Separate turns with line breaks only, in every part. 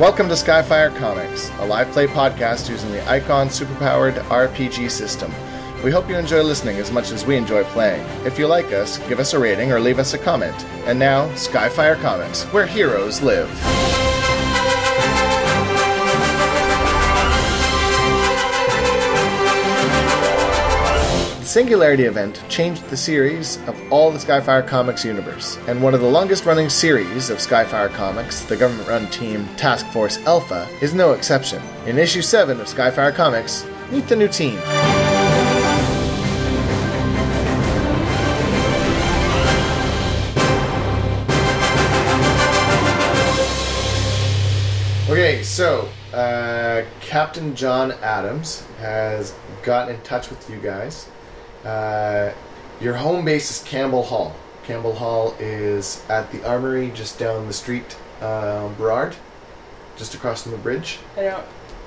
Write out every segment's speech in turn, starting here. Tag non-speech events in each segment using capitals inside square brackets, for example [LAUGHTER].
Welcome to Skyfire Comics, a live play podcast using the Icon superpowered RPG system. We hope you enjoy listening as much as we enjoy playing. If you like us, give us a rating or leave us a comment. And now, Skyfire Comics, where heroes live. The Singularity event changed the series of all the Skyfire Comics universe, and one of the longest running series of Skyfire Comics, the government run team Task Force Alpha, is no exception. In issue 7 of Skyfire Comics, meet the new team. Okay, so uh, Captain John Adams has gotten in touch with you guys. Uh, your home base is Campbell Hall. Campbell Hall is at the armory just down the street, uh, Burrard, just across from the bridge.
I don't.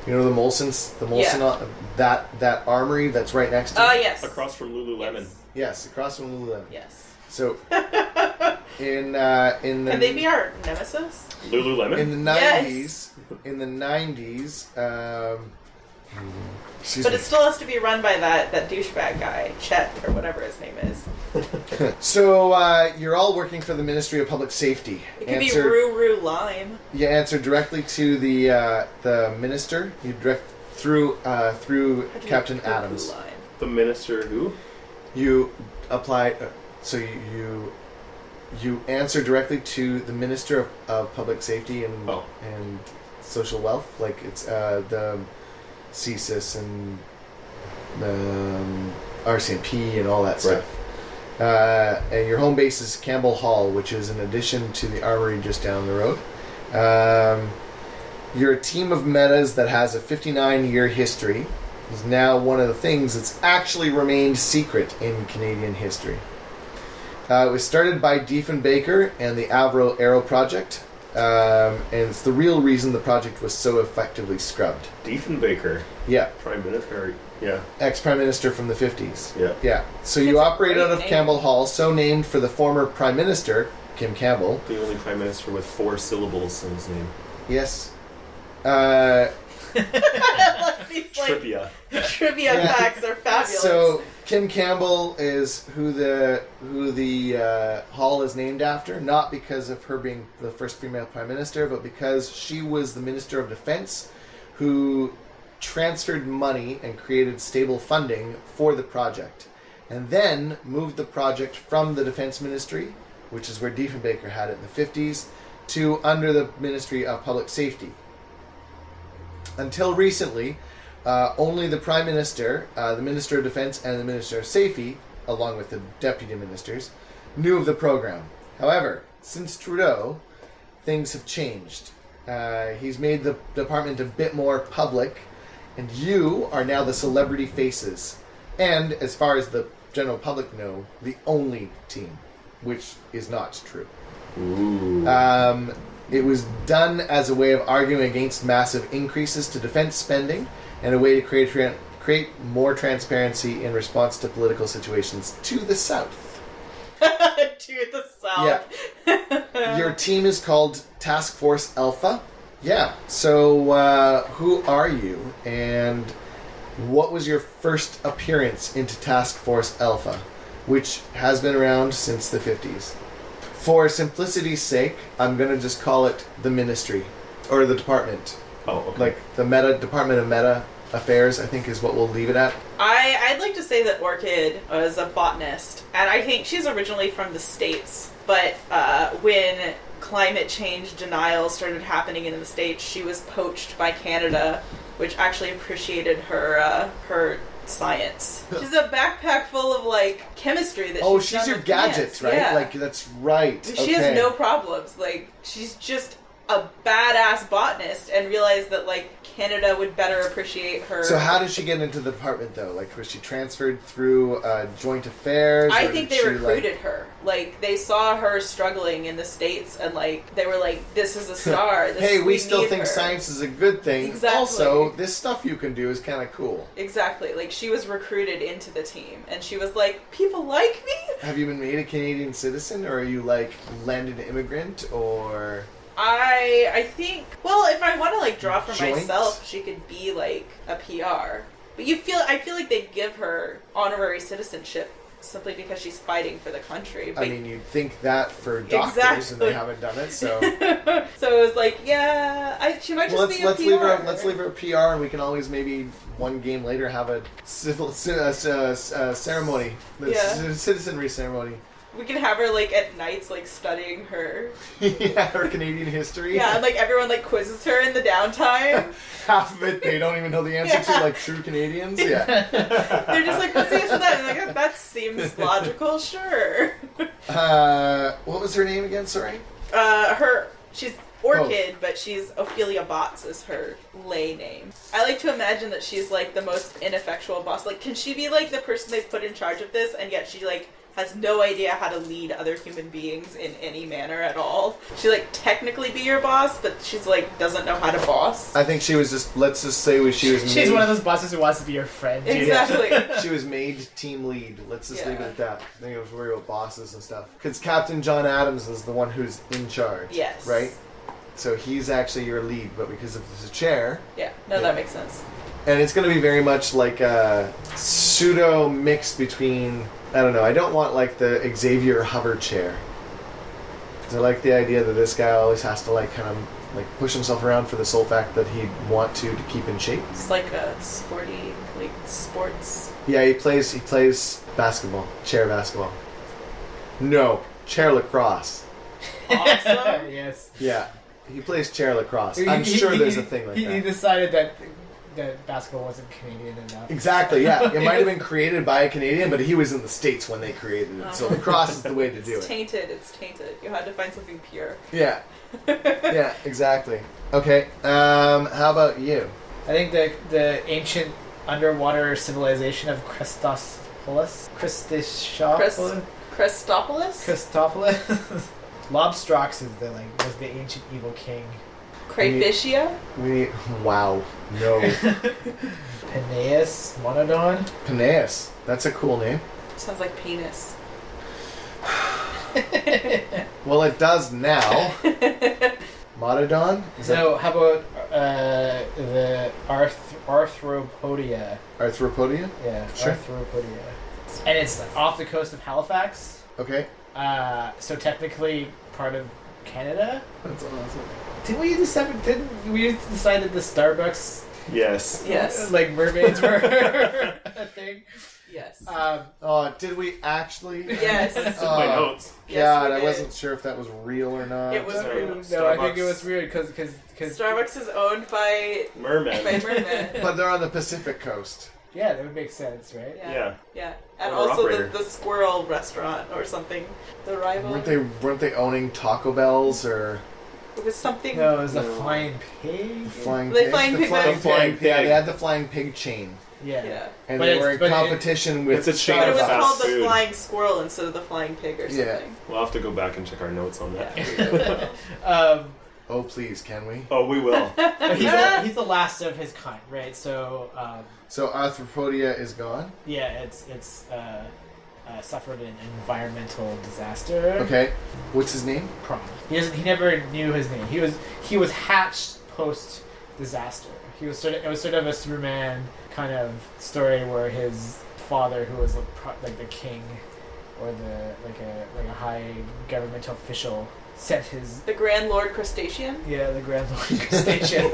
You know the Molson's, the Molson,
Yeah.
uh, that that armory that's right next to.
Oh yes.
Across from Lululemon.
Yes.
Yes, across from Lululemon.
Yes. [LAUGHS]
So in uh, in the
Can they be our nemesis?
Lululemon?
in the
Yes.
nineties, in the nineties. Um, excuse
But
me.
it still has to be run by that that douchebag guy, Chet or whatever his name is.
So uh, you're all working for the Ministry of Public Safety.
It could be Rue Rue Lime.
You answer directly to the uh, the minister. You direct through uh, through
How do you
Captain
Rue Rue
Adams.
Lime? [LAUGHS]
the minister who?
You apply. Uh, so you, you you answer directly to the Minister of, of Public Safety and
Oh.
and Social Wealth. Like it's uh, the CSIS and the um, RCMP and all that stuff. Uh, and your home base is Campbell Hall, which is an addition to the armory just down the road. Um, you're a team of metas that has a 59 year history. Is now one of the things that's actually remained secret in Canadian history. Uh, it was started by Diefenbaker and the Avro Aero Project, um, and it's the real reason the project was so effectively scrubbed.
Diefenbaker.
Yeah,
Prime Minister. Yeah,
ex Prime Minister from the 50s.
yeah.
Yeah, so
That's
you
a
operate
great
out of
name.
Campbell Hall, so named for the former Prime Minister, Kim Campbell.
The only prime minister with four syllables in his name.
Yes. Uh,
Like, These like
Trivia.
trivia
Yeah.
facts are fabulous.
So Kim Campbell is who the who the uh, hall is named after, not because of her being the first female prime minister, but because she was the minister of defense who transferred money and created stable funding for the project, and then moved the project from the defense ministry, which is where Diefenbaker had it in the fifties, to under the ministry of public safety until recently, uh, only the Prime Minister, uh, the Minister of Defense, and the Minister of Safety, along with the Deputy Ministers, knew of the program. However, since Trudeau, things have changed. Uh, he's made the department a bit more public, and you are now the celebrity faces. And, as far as the general public know, the only team, which is not true.
Ooh.
Um, it was done as a way of arguing against massive increases to defense spending and a way to create tran- create more transparency in response to political situations to the south.
[LAUGHS] to the south. [LAUGHS]
Your team is called Task Force Alpha. Yeah. So, uh, who are you, and what was your first appearance into Task Force Alpha, which has been around since the fifties? For simplicity's sake, I'm gonna just call it the Ministry or the Department,
oh, okay.
Uh, like the Meta Department of Meta Affairs. I think is what we'll leave it at.
I I'd like to say that Orchid was a botanist, and I think she's originally from the states. But uh, when climate change denial started happening in the states, she was poached by Canada, which actually appreciated her uh, her science. She's a backpack full of like chemistry that.
Oh,
she's,
she's
done
your
with
gadgets,
plants.
right?
Yeah.
Like that's right.
She
Okay.
has no problems. Like she's just a badass botanist, and realized that like Canada would better appreciate her.
So how did she get into the department though? Like was she transferred through uh, joint affairs?
I
or
think
did
they
she,
recruited her. Like they saw her struggling in the states, and like they were like,
[LAUGHS]
"This is a star."
Like,
This,
hey, we, still
need
think
her."
science is a good thing.
Exactly.
Also, this stuff you can do is kind of cool.
Exactly. Like she was recruited into the team, and she was like, "People like me."
Have you been made a Canadian citizen, or are you like landed immigrant, or
I I think well, if I want to like draw for
Joint?
myself, she could be like a PR. But you feel I feel like they'd give her honorary citizenship simply because she's fighting for the country. But
I mean, you'd think that for doctors, and
Exactly.
they haven't done it. So
[LAUGHS] so it was like, yeah, [LAUGHS] I, she might just
let's
be a
let's
PR.
leave her let's leave her a PR, and we can always maybe one game later have a civil [LAUGHS] c- uh, c- uh, c- uh, ceremony, the
Yeah.
c- citizenry ceremony.
We can have her like at nights, like studying her.
[LAUGHS] yeah, or Canadian history.
Yeah, and, like everyone like quizzes her in the downtime.
[LAUGHS] half of it they don't even know the answer
Yeah.
to, like true Canadians. Yeah.
[LAUGHS] They're just like, what's the answer to that? And I'm like, "Oh, that seems logical, sure.
Uh, what was her name again? Sorry.
Uh, her she's Orchid, but she's Ophelia Botts is her lay name. I like to imagine that she's like the most ineffectual boss. Like, can she be like the person they put in charge of this, and yet she like has no idea how to lead other human beings in any manner at all? She like technically be your boss, but she's like doesn't know how to boss.
I think she was just. Let's just say she was.
She's
made,
one of those bosses who wants to be your friend.
Exactly.
[LAUGHS] She was made team lead. Let's just leave it
Yeah.
at that. I think it was worried about bosses and stuff. Because Captain John Adams is the one who's in charge.
Yes.
Right. So he's actually your lead, but because of the chair,
Yeah. No,
Yeah.
that makes sense.
and it's going to be very much like a pseudo mix between I don't know. I don't want like the Xavier hover chair. 'Cause I like the idea that this guy always has to like kind of like push himself around for the sole fact that he'd want to to keep in shape.
It's like a sporty, like
[LAUGHS]
sports.
Yeah, he plays. He plays basketball, chair basketball. No, chair lacrosse.
Awesome.
[LAUGHS] yes.
Yeah, he plays chair lacrosse.
He-
I'm
he-
sure
he-
there's a
he-
thing like
he, He
that.
decided that that basketball wasn't Canadian enough.
Exactly.
[LAUGHS]
Yeah, it might have been created by a Canadian, but he was in the states when they created it. So lacrosse is the way to do
It's
it.
tainted. It's tainted. You had to find something pure.
Yeah.
[LAUGHS]
Yeah. Exactly. Okay. Um, how about you?
I think the the ancient underwater civilization of Christopolis, Christisopolis,
Christopolis?
Christopolis, [LAUGHS] Lobstrox is the like was the ancient evil king.
Crayfishia?
We wow. [LAUGHS] No.
Peneus, Monodon.
Peneus. That's a cool name.
Sounds like penis.
Well, it does
[LAUGHS]
now. Monodon. Is that
So how about uh, the Arth- Arthropodia?
Arthropodia?
Yeah,
Sure.
Arthropodia. And it's off the coast of Halifax.
Okay.
Uh, so technically part of Canada.
That's awesome.
Did we decide? Did not we decide that the Starbucks
[LAUGHS]
uh,
Yes.
Uh,
Yes.
like mermaids were [LAUGHS] a thing?
Yes.
Um,
Oh, did we actually? [LAUGHS]
[LAUGHS] Yes.
It's in my
Oh.
notes.
Yes,
God,
we
I
did.
wasn't sure if that was real or not.
It was
no,
real.
I think it
Starbucks.
was weird because because
Starbucks is owned by, [LAUGHS] by
Merman.
mermen.
But they're on the Pacific coast.
yeah, that would make sense, right?
Yeah.
yeah.
Yeah. And
Owner
also the,
operator.
the squirrel restaurant or something. The rival.
Weren't they weren't they owning Taco Bells or
It was something.
No, it was the
No.
flying pig.
the flying
The
pig?
Flying Pig
flying,
was-
Flying Pig. Yeah,
Pig.
they had the flying pig chain,
Yeah.
Yeah.
and
But
they
it's-
were in
but it-
competition with.
It's a chain
But it
of
was
fast
called the
food.
flying squirrel instead of the flying pig or
Yeah.
something.
We'll have to go back and check our notes on that.
Um,
Oh please, can we?
[LAUGHS] Oh, we will.
but [LAUGHS] he's, the, he's the last of his kind, right? So um,
So Arthropodia is gone.
yeah, it's it's uh, uh, suffered an environmental disaster.
Okay, what's his name?
Prom. He doesn't. He never knew his name. He was he was hatched post disaster. He was sort of it was sort of a Superman kind of story where his father, who was a pro- like the king or the like a like a high government official, sent his
The Grand Lord Crustacean?
yeah the Grand Lord [LAUGHS] station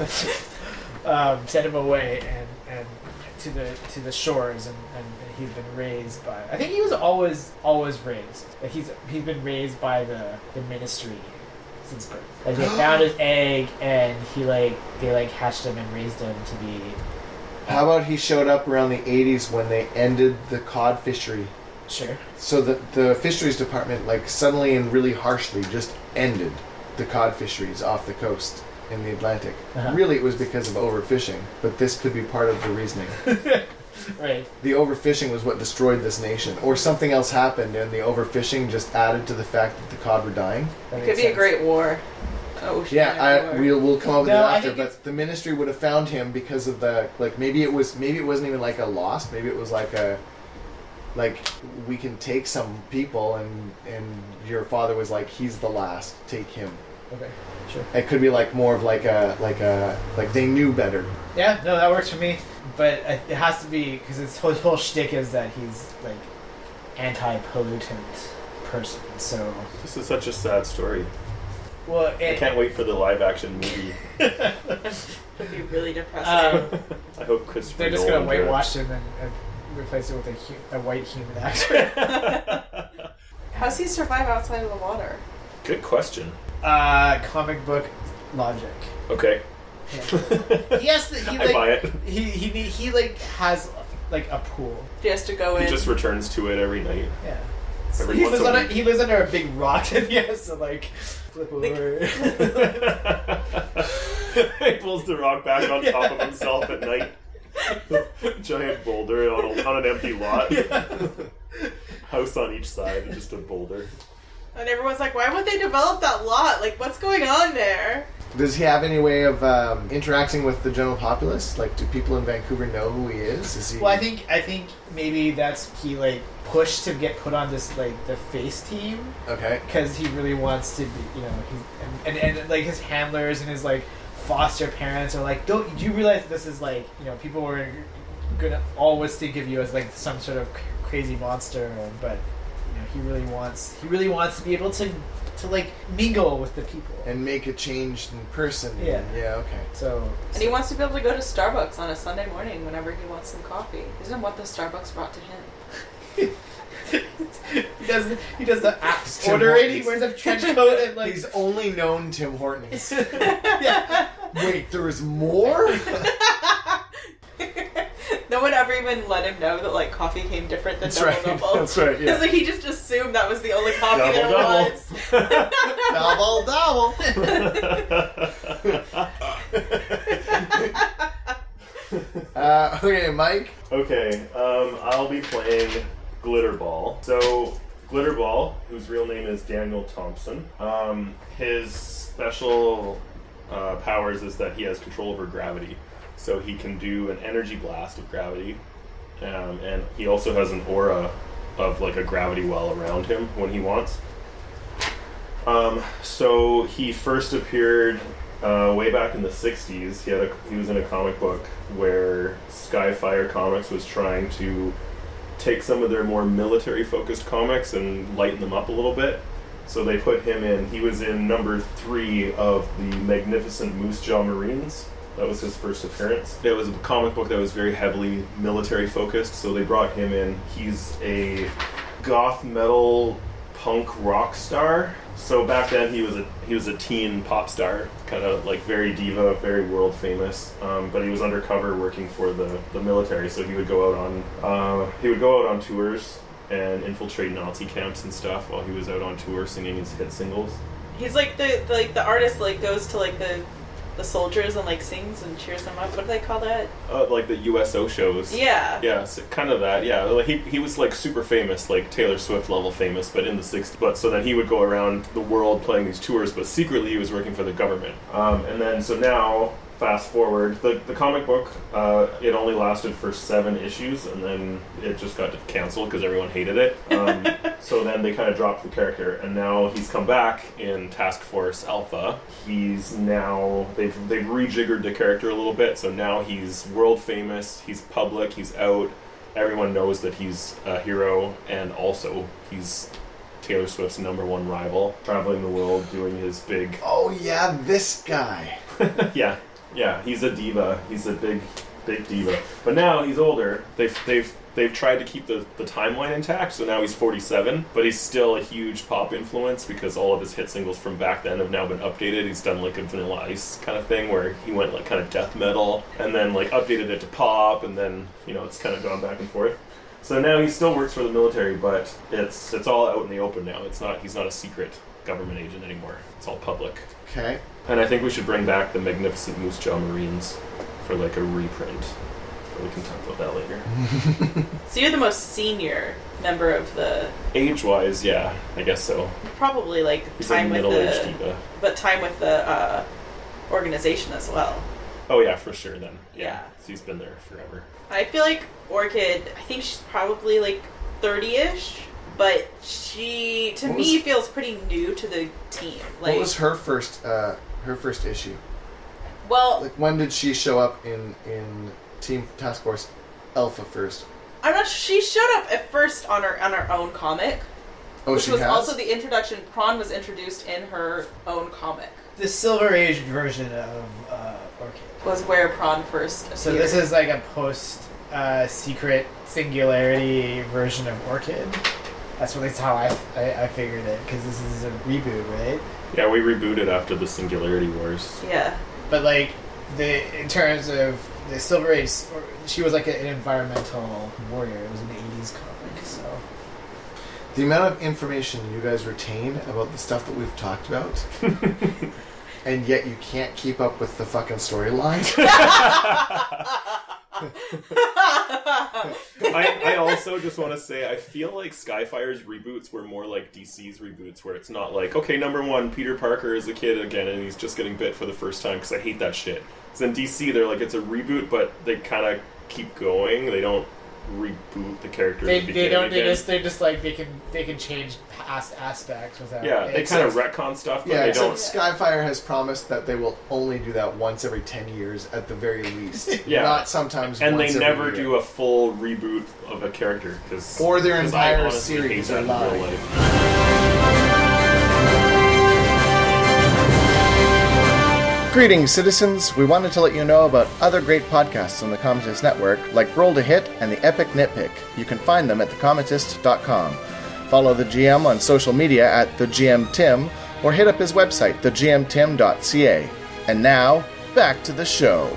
um, sent him away and and to the to the shores and, and, and he's been raised by I think he was always always raised like he's he's been raised by the the ministry since birth like
[GASPS]
they found his egg and he like they like hatched him and raised him to be
How about he showed up around the '80s when they ended the cod fishery?
sure
So that the fisheries department, like suddenly and really harshly, just ended the cod fisheries off the coast in the Atlantic.
Uh-huh.
Really, it was because of overfishing, but this could be part of the reasoning.
[LAUGHS] right
the overfishing was what destroyed this nation, or something else happened, and the overfishing just added to the fact that the cod were dying.
That
It
makes
could be a
sense.
great war. Oh,
Yeah, I, we'll, we'll come up with
No,
it
I
after,
think it's-
but the ministry would have found him because of the like. Maybe it was maybe it wasn't even like a loss. Maybe it was like a like we can take some people, and and your father was like, he's the last. Take him.
Okay. Sure.
It could be like more of like a like a like they knew better.
Yeah, no, that works for me. But I- it has to be because his whole, his whole shtick is that he's like anti-pollutant person. So
This is such a sad story.
well,
I
it,
can't wait for the live action movie.
Would be really depressing.
um,
[LAUGHS] I hope Christopher.
[LAUGHS] they're just gonna
Nolan
whitewash him and, and replace it with a, hu- a white human actor. [LAUGHS]
directs.
[LAUGHS] How does he survive outside of the water?
[LAUGHS] Good question.
Uh, comic book logic.
Okay.
Yeah. he has to, he
I buy
like
it.
he, he need- he like has like a pool.
He has to go
He
in.
just returns to it every night.
Yeah.
Every
He
once
lives,
a
on a,
week.
he lives under a big rock [LAUGHS] and he has to like flip
[LAUGHS]
Like-
over.
he pulls the rock back on top of himself at night. [LAUGHS] Giant boulder on, a, on an empty lot. House on each side, and just a boulder.
and everyone's like, why would they develop that lot? Like, what's going on there?
Does he have any way of um, interacting with the general populace? Like, do people in Vancouver know who he is? Is he?
[LAUGHS] Well, I think I think maybe that's he like pushed to get put on this like the face team
okay.
because he really wants to be you know he and, and and like his handlers and his like foster parents are like don't do you realize this is like you know people were gonna always think of you as like some sort of cr- crazy monster but you know he really wants he really wants to be able to to like mingle with the people
And make a change in person.
Yeah.
Yeah. Okay.
so
And he wants to be able to go to Starbucks on a Sunday morning whenever he wants some coffee. Isn't what the Starbucks brought to him?
[LAUGHS] he does the, he does the axe
Tim
ordering he
Hortons.
wears a trench coat and like
He's only known Tim Hortons.
[LAUGHS] yeah.
Wait, there is more.
[LAUGHS] [LAUGHS] no one ever even let him know that like coffee came different than
That's
double
right. [LAUGHS]
double.
That's right,
[LAUGHS]
yeah.
It's like he just assumed that was the only coffee
Double,
there
double.
was.
double, double.
[LAUGHS]
[LAUGHS]
[LAUGHS]
[LAUGHS]
[LAUGHS]
Uh, okay, Mike.
Okay, um, I'll be playing Glitterball. So, Glitterball, whose real name is Daniel Thompson, um, his special uh, powers is that he has control over gravity. So, he can do an energy blast of gravity, um, and he also has an aura of like a gravity well around him when he wants. Um, so he first appeared uh, way back in the '60s. He had a, he was in a comic book where Skyfire Comics was trying to take some of their more military-focused comics and lighten them up a little bit. So they put him in. He was in number three of the Magnificent Moose Jaw Marines. That was his first appearance. It was a comic book that was very heavily military focused, so they brought him in. He's a goth metal punk rock star. So back then he was a he was a teen pop star, kind of like very diva, very world famous. Um, but he was undercover working for the, the military, so he would go out on uh, he would go out on tours and infiltrate Nazi camps and stuff while he was out on tour singing his hit singles.
He's like the, the like the artist like goes to like the the soldiers and like sings and cheers them up. What do they call that?
Uh, like the USO shows.
Yeah.
Yeah, so kind of that. Yeah, like he, he was like super famous, like Taylor Swift level famous, but in the '60s. But so then he would go around the world playing these tours, but secretly he was working for the government. Um, and then so now, fast forward, the the comic book uh, it only lasted for seven issues, and then it just got canceled because everyone hated it. Um, so then they kind of dropped the character, and now he's come back in Task Force Alpha. He's now they've they've rejiggered the character a little bit, so now he's world famous. He's public. He's out. Everyone knows that he's a hero, and also he's Taylor Swift's number one rival, traveling the world doing his big.
Oh yeah, this guy.
[LAUGHS] yeah, yeah. He's a diva. He's a big, big diva. But now he's older. They've they've they've tried to keep the the timeline intact. So now he's 47, but he's still a huge pop influence because all of his hit singles from back then have now been updated. He's done like a Vanilla Ice kind of thing where he went like kind of death metal and then like updated it to pop, and then you know it's kind of gone back and forth. So now he still works for the military, but it's it's all out in the open now. It's not he's not a secret government agent anymore. It's all public.
Okay.
And I think we should bring back the Magnificent Moose Jaw Marines for like a reprint. But we can talk about that later.
So you're the most senior member of the
Age wise, yeah, I guess so.
probably like
He's a
time with
middle aged
the
diva.
but time with the uh, organization as well.
Oh, yeah, for sure then.
Yeah.
So he's been there forever.
I feel like Orchid. I think she's probably like thirty-ish. but she to
What
me
was-
feels pretty new to the team. Like,
what was her first uh, her first issue?
well,
Like when did she show up in in Team Task Force Alpha first?
I'm not. She showed up at first on her on her own comic,
Oh,
which
she
was
has.
also the introduction. Prawn was introduced in her own comic.
The Silver Age version of uh, Orchid.
Was where Prawn first appeared.
So this is like a post uh, secret singularity version of Orchid. That's what that's how I, I, I figured it because this is a reboot, right?
Yeah, we rebooted after the Singularity Wars.
yeah.
But like the in terms of the Silver Age, or- she was like an environmental warrior. It was an '80s comic, so
the amount of information you guys retain about the stuff that we've talked
[LAUGHS]
about, and yet you can't keep up with the fucking storyline.
I, I also just want to say I feel like Skyfire's reboots were more like DC's reboots, where it's not like okay, number one, Peter Parker is a kid again and he's just getting bit for the first time because I hate that shit. Because in DC, they're like it's a reboot, but they kind of keep going. They don't reboot the character. at
they,
the
they
beginning
don't they
again.
just they're just like they can they can change past aspects without
yeah, they kind
except-
of retcon stuff, but
yeah,
they
except
don't.
Skyfire has promised that they will only do that once every ten years at the very least.
[LAUGHS] Yeah.
not sometimes.
And
once
they
every
never
year.
do a full reboot of a character because
Or their
I
entire
honestly hate
series
that
are
in
lying.
real life.
Greetings, citizens. We wanted to let you know about other great podcasts on the Cometist Network, like Roll to Hit and The Epic Nitpick. You can find them at thecometist.com. Follow the GM on social media at thegmtim, or hit up his website, thegmtim.ca. And now, back to the show.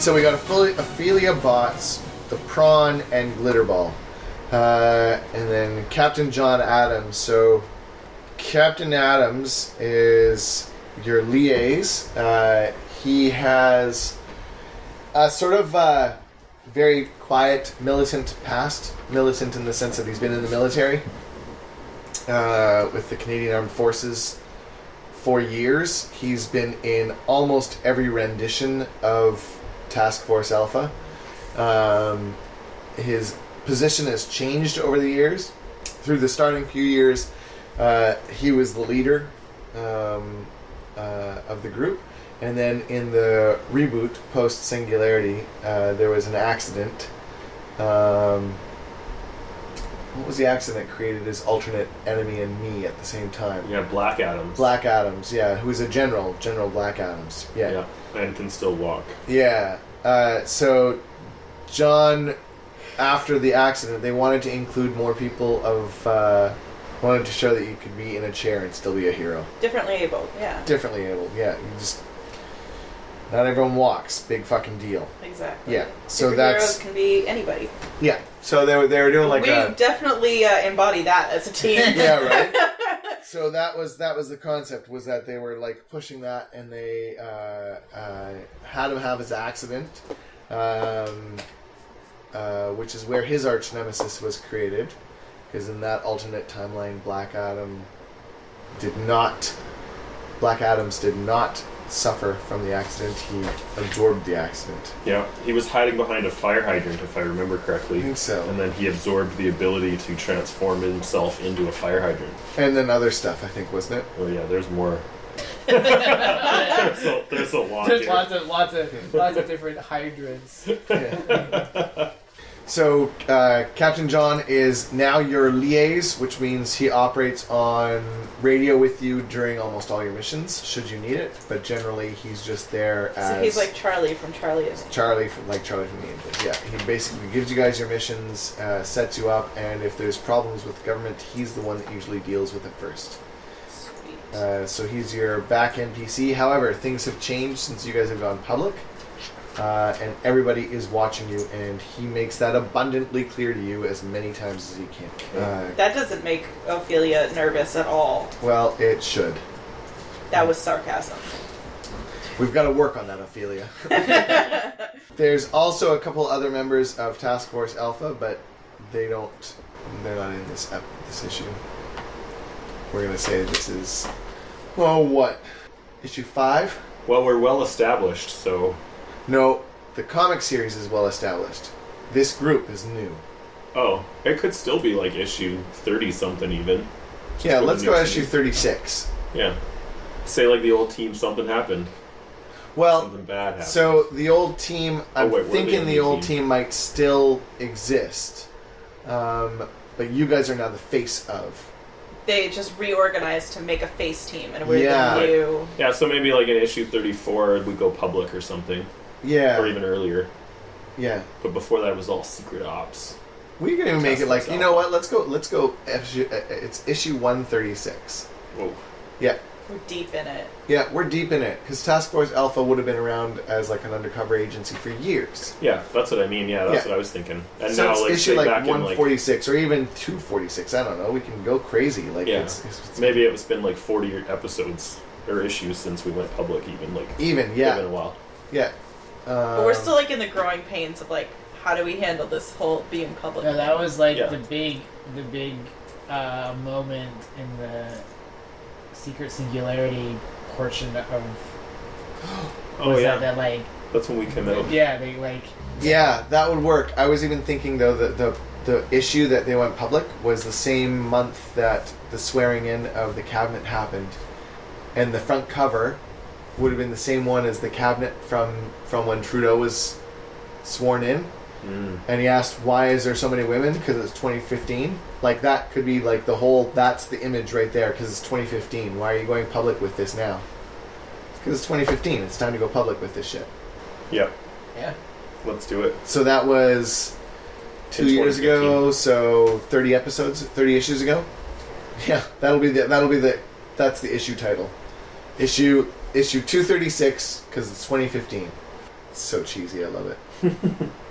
So we got Ophelia Bots, the Prawn, and Glitterball. Uh, and then Captain John Adams. So Captain Adams is your liaise. Uh, he has a sort of uh, very quiet militant past, militant in the sense that he's been in the military uh, with the Canadian Armed Forces for years. He's been in almost every rendition of Task Force Alpha. Um, his position has changed over the years. Through the starting few years, uh, he was the leader um, uh, of the group. And then in the reboot post Singularity, uh, there was an accident. Um, what was the accident that created his alternate enemy and me at the same time?
Yeah, Black Adams.
Black Adams, yeah, who's a general, General Black Adams, yeah.
Yeah, and can still walk.
Yeah. Uh, so, John, after the accident, they wanted to include more people of. Uh, wanted to show that you could be in a chair and still be a hero.
Differently able. Yeah.
Differently able, yeah. You just. Not everyone walks. Big fucking deal.
Exactly.
Yeah, so
Superheroes
that's-
can be anybody.
Yeah. So they were, they were doing like
we
a.
definitely uh, embody that as a team.
[LAUGHS] yeah right so that was that was the concept was that they were like pushing that and they uh, uh, had him have his accident um, uh, which is where his arch nemesis was created because in that alternate timeline black adam did not black adams did not suffer from the accident he absorbed the accident
Yeah, he was hiding behind a fire hydrant, if I remember
i
correctly.
think
And
so
then he absorbed the ability to transform himself into a fire hydrant.
and then other stuff i think wasn't it
Oh yeah, there's [LAUGHS] more. there's, a, there's a lot.
There's
here.
lots of lots of lots of different hydrants.
So, uh, Captain John is now your liaise, which means he operates on radio with you during almost all your missions, should you need it. But generally, he's just there as
[LAUGHS] So he's like Charlie from Charlie is.
Charlie, from, like Charlie from the Angels. Yeah, he basically gives you guys your missions, uh, sets you up, and if there's problems with the government, he's the one that usually deals with it first.
Sweet.
Uh, so he's your back end PC. However, things have changed since you guys have gone public, uh, and everybody is watching you, and he makes that abundantly clear to you as many times as he can. Uh,
that doesn't make Ophelia nervous at all.
well, it should.
That was sarcasm.
We've got to work on that, Ophelia. [LAUGHS] There's also a couple other members of Task Force Alpha, but they don't. They're not in this ep- this issue. We're gonna say this is. Oh, what? Issue five.
Well, we're well established, so
No, the comic series is well established. This group is new.
Oh, it could still be like issue thirty something even.
yeah,
go to
let's go
New
issue
City.
36.
Yeah. Say like the old team something happened.
Well,
Something bad happened.
so the old team, I'm
wait, were they
thinking
on
the
the
old
team?
team might still exist. Um, but you guys are now the face of.
They just reorganized to make a face team, and we're
Yeah.
the new.
yeah, so maybe like in issue thirty four we go public or something. Or
Yeah.
even earlier.
Yeah.
But before that it was all secret ops.
We can even make
Test
it like, you
myself.
know what? Let's go, let's go, issue, uh, uh, it's issue 136.
Whoa.
Yeah.
We're deep in it.
Yeah, we're deep in it because Task Force Alpha would have been around as like an undercover agency for years.
Yeah, that's what I mean. Yeah, that's
Yeah.
what I was thinking. And
so
now
it's
like
issue
say
like
back in like
146 or even 246. I don't know. We can go crazy. Like
Yeah.
it's, it's, it's
maybe it's been like forty episodes or issues since we went public even like
even.
been
Yeah,
a while.
yeah. Um,
But we're still like in the growing pains of like, how do we handle this whole being public?
No, that
thing?
was like
Yeah.
the big, the big uh, moment in the secret singularity portion of.
Oh
was
yeah,
that, that like
that's when we came out.
yeah they like
Um, yeah. That would work. I was even thinking though that the the issue that they went public was the same month that the swearing in of the cabinet happened, and the front cover would have been the same one as the cabinet from from when Trudeau was sworn in.
Mm.
and he asked why is there so many women because it's 2015 like that could be like the whole that's the image right there because it's 2015 why are you going public with this now because it's 2015 it's time to go public with this shit
Yeah,
yeah
let's do it.
so that was two
In
years ago so 30 episodes 30 issues ago [LAUGHS] yeah that'll be the that'll be the that's the issue title issue issue 236 because it's 2015 it's so cheesy i love it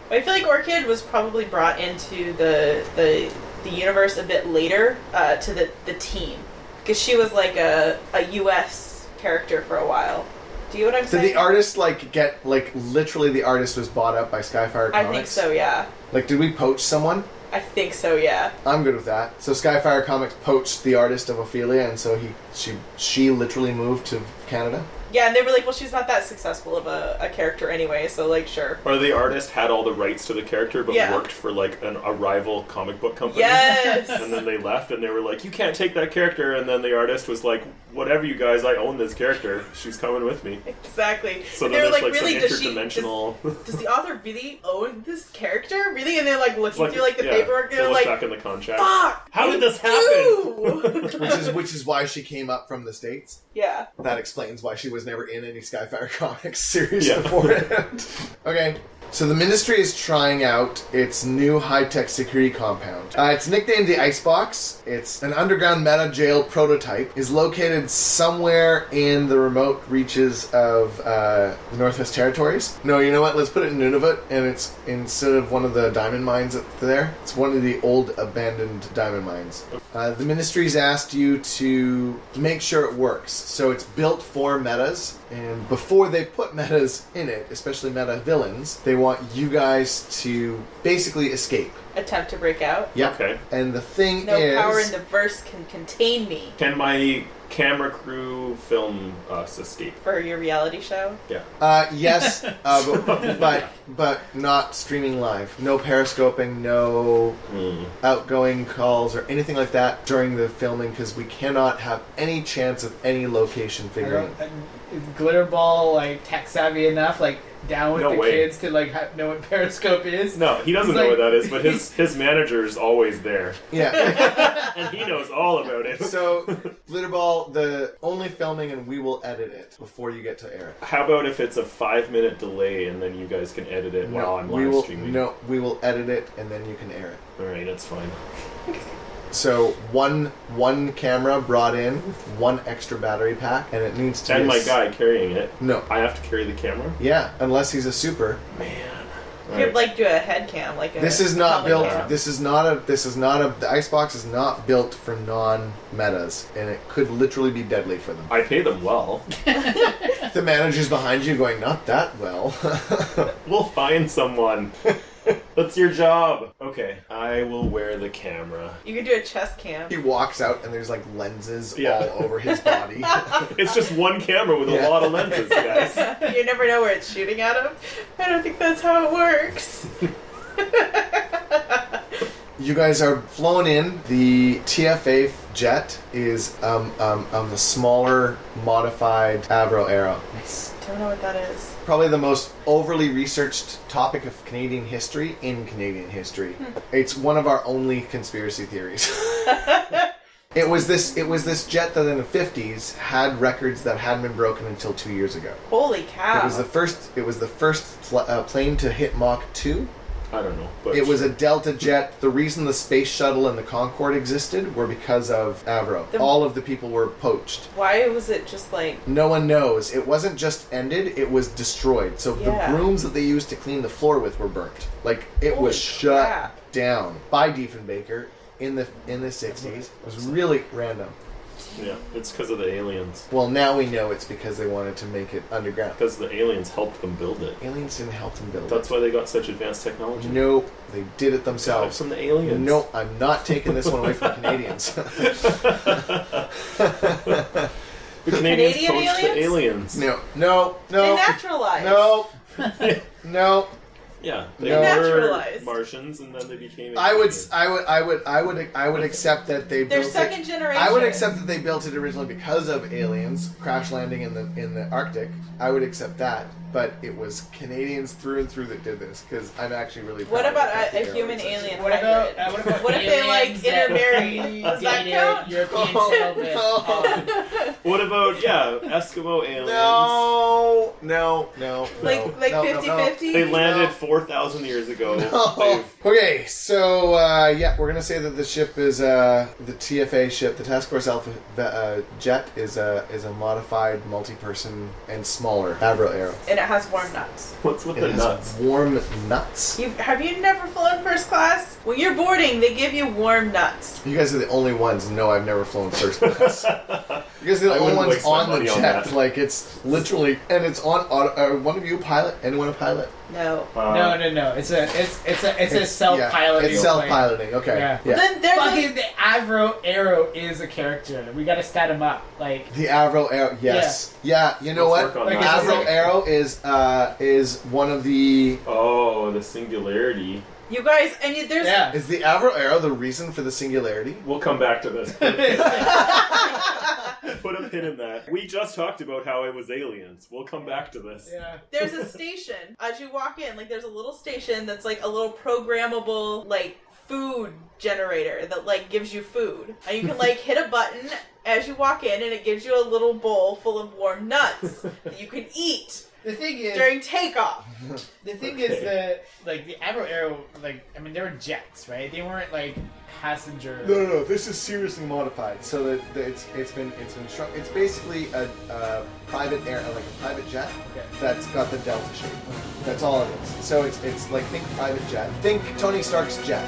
I feel like Orchid was probably brought into the the, the universe a bit later uh, to the the team because she was like a, a U.S. character for a while. Do you know what I'm
Did
saying?
the artist like get like literally the artist was bought up by Skyfire Comics?
I think so. Yeah,
Like, did we poach someone?
I think so. Yeah.
I'm good with that. So Skyfire Comics poached the artist of Ophelia, and so he she she literally moved to Canada.
Yeah, and they were like, well, she's not that successful of a, a character anyway, so like, sure.
Or the artist had all the rights to the character, but
Yeah.
worked for like an, a rival comic book company.
Yes!
[LAUGHS] And then they left, and they were like, "You can't take that character." And then the artist was like, "Whatever, you guys, I own this character. She's coming with me."
exactly.
So
And
then
they were
there's
like,
like,
really, does she.
some interdimensional.
Does, does the author really own this character? Really? And they're like looking through like the
yeah,
paperwork,
they
they're
look
like,
back in the contract.
fuck!
How did this
they [LAUGHS]
happen?
do!"
Which is which is why she came up from the states.
yeah.
That explains why she was never in any Skyfire [LAUGHS] Comics series
Yeah.
beforehand. [LAUGHS] okay. So the Ministry is trying out its new high-tech security compound. Uh, it's nicknamed the Icebox. It's an underground meta jail prototype. is located somewhere in the remote reaches of uh, the Northwest Territories. No, you know what? Let's put it in Nunavut, and it's instead of one of the diamond mines up there, it's one of the old abandoned diamond mines. Uh, the ministry's asked you to make sure it works. So it's built for metas, and before they put [LAUGHS] metas in it, especially meta villains, they want you guys to basically escape.
Attempt to break out.
Yep.
Okay.
And the thing
No
is,
power in the verse can contain me
Can my camera crew film us escape?
for your reality show.
Yeah.
uh,
[LAUGHS]
yes, uh, but, but but not streaming live. No periscoping. No
Hmm.
outgoing calls or anything like that during the filming because we cannot have any chance of any location
I
figuring.
don't, uh, is Glitterball like tech savvy enough like down with
No
the
way.
kids to like ha- know what Periscope is
No, he doesn't
He's
know what
like-
that is, but
[LAUGHS]
his his manager is always there,
Yeah. [LAUGHS]
and
[LAUGHS]
he knows all about it.
So, Glitterball, the only filming, and we will edit it before you get to air. it.
How about if it's a five minute delay and then you guys can edit it while I'm
we
live
will,
streaming?
No, we will edit it and then you can air it.
Alright, that's fine.
So one one camera brought in, one extra battery pack, and it needs to.
And
be a
my
s-
guy carrying it.
No.
I have to carry the camera?
Yeah, unless he's a super.
Man.
You could like do a head cam, like a,
This is not
helmet
built.
cam.
This is not a. This is not a. The icebox is not built for non metas, and it could literally be deadly for them.
I pay them well. [LAUGHS]
The manager's behind you, going, "Not that well." [LAUGHS]
We'll find someone. That's your job. Okay. I will wear the camera.
You could do a chest cam. [LAUGHS]
he walks out, and there's like lenses
Yeah.
all over his body.
It's just one camera with
Yeah.
a lot of
[LAUGHS]
lenses, guys.
you never know where it's shooting out of. I don't think that's how it works.
You guys are flown in. The TFA jet is um, um, um, the smaller, modified Avro Arrow.
Nice.
Don't know what that is.
Probably the most overly researched topic of Canadian history in Canadian history. It's one of our only conspiracy theories. it was this. It was this jet that in the fifties had records that hadn't been broken until two years ago.
Holy cow!
It was the first. It was the first fl- uh, plane to hit Mach two.
I don't know. But
It was a Delta jet. The reason the space shuttle and the Concorde existed were because of Avro.
The-
All of the people were poached.
Why was it just like
No one knows. It wasn't just ended, it was destroyed. So
Yeah.
the brooms that they used to clean the floor with were burnt. Like it
Holy
was shut
crap.
down by Diefenbaker in the in the 60s. It was really random.
yeah, it's because of the aliens.
Well, now we know it's because they wanted to make it underground.
Because the aliens helped them build it.
Aliens didn't help them build
That's why they got such advanced technology.
it. Nope, they did it
Got it
themselves.
from the aliens. [LAUGHS]
Nope, I'm not taking this one away from the Canadians. [LAUGHS]
The Canadians
Canadian
poached the [LAUGHS] aliens.
No, no,
they
no,
naturalized?
no, no.
Yeah, they
No.
Naturalized.
were Martians, and then they became.
I would,
aliens.
I would, I would, I would, I would accept that they.
They're
built
second
it.
generation.
I would
[LAUGHS]
accept that they built it originally because of aliens crash landing in the in the Arctic. I would accept that, but it was Canadians through and through that did this because I'm actually really.
What
proud of the
about
fact
a,
that
a
they're
human
aliens.
alien?
What
hybrid?
about, uh, what about
What if they, like,
aliens that
intermarried? Does that
predated
count? [LAUGHS]
European
[LAUGHS] Oh,
settlement?
[LAUGHS] no.
What about yeah, Eskimo aliens?
No, no, no, no,
like like
no, no, no.
50 50?
They landed
No.
four thousand years ago.
Oh.
They've-
Okay, so uh, yeah, we're gonna say that the ship is uh, the TFA ship, the Task Force Alpha the, uh, jet is a is a modified multi-person and smaller Avro Aero.
And it has warm nuts.
What's with
It
the
has
nuts?
warm nuts.
You have you never flown first class? When you're boarding, they give you warm nuts.
You guys are the only ones. No, I've never flown first
[LAUGHS]
class. You guys are the
I
only
wouldn't
ones
waste my
on the
money on
jet.
that.
like it's literally, and it's on. auto- Are one of you a pilot? Anyone a pilot?
No.
Uh,
no, no, no. It's a it's it's a it's, a
yeah,
self-piloting.
It's self-piloting. Okay.
Yeah.
yeah.
Then there's
Fucking
a,
the Avro Arrow is a character. We gotta stat him up. Like
The Avro Arrow, yes, yeah. You know
Let's
what?
work on
Like,
that.
it's
Avro Arrow is uh, is one of the
Oh, the singularity.
you guys and you, there's
yeah.
is the Avro Arrow the reason for the singularity?
We'll come back to this.
[LAUGHS]
[LAUGHS] yeah,
[LAUGHS] Put a pin in that. We just talked about how it was aliens. We'll come back to this.
there's a
[LAUGHS]
station as you walk in like there's a little station that's like a little programmable like food generator that like gives you food and
[LAUGHS]
you can like hit a button as you walk in and it gives you a little bowl full of warm
[LAUGHS]
nuts that you can eat
The thing is,
during takeoff
the thing
Okay.
is that like the Avro Arrow, like I mean, they were jets, right? They weren't like passenger.
No, no, no. This is seriously modified. So that, that it's it's been it's been struck. It's basically a, a private air, like a private jet
Okay.
that's got the delta shape. That's all it is. So it's it's like think private jet. Think Tony Stark's jet.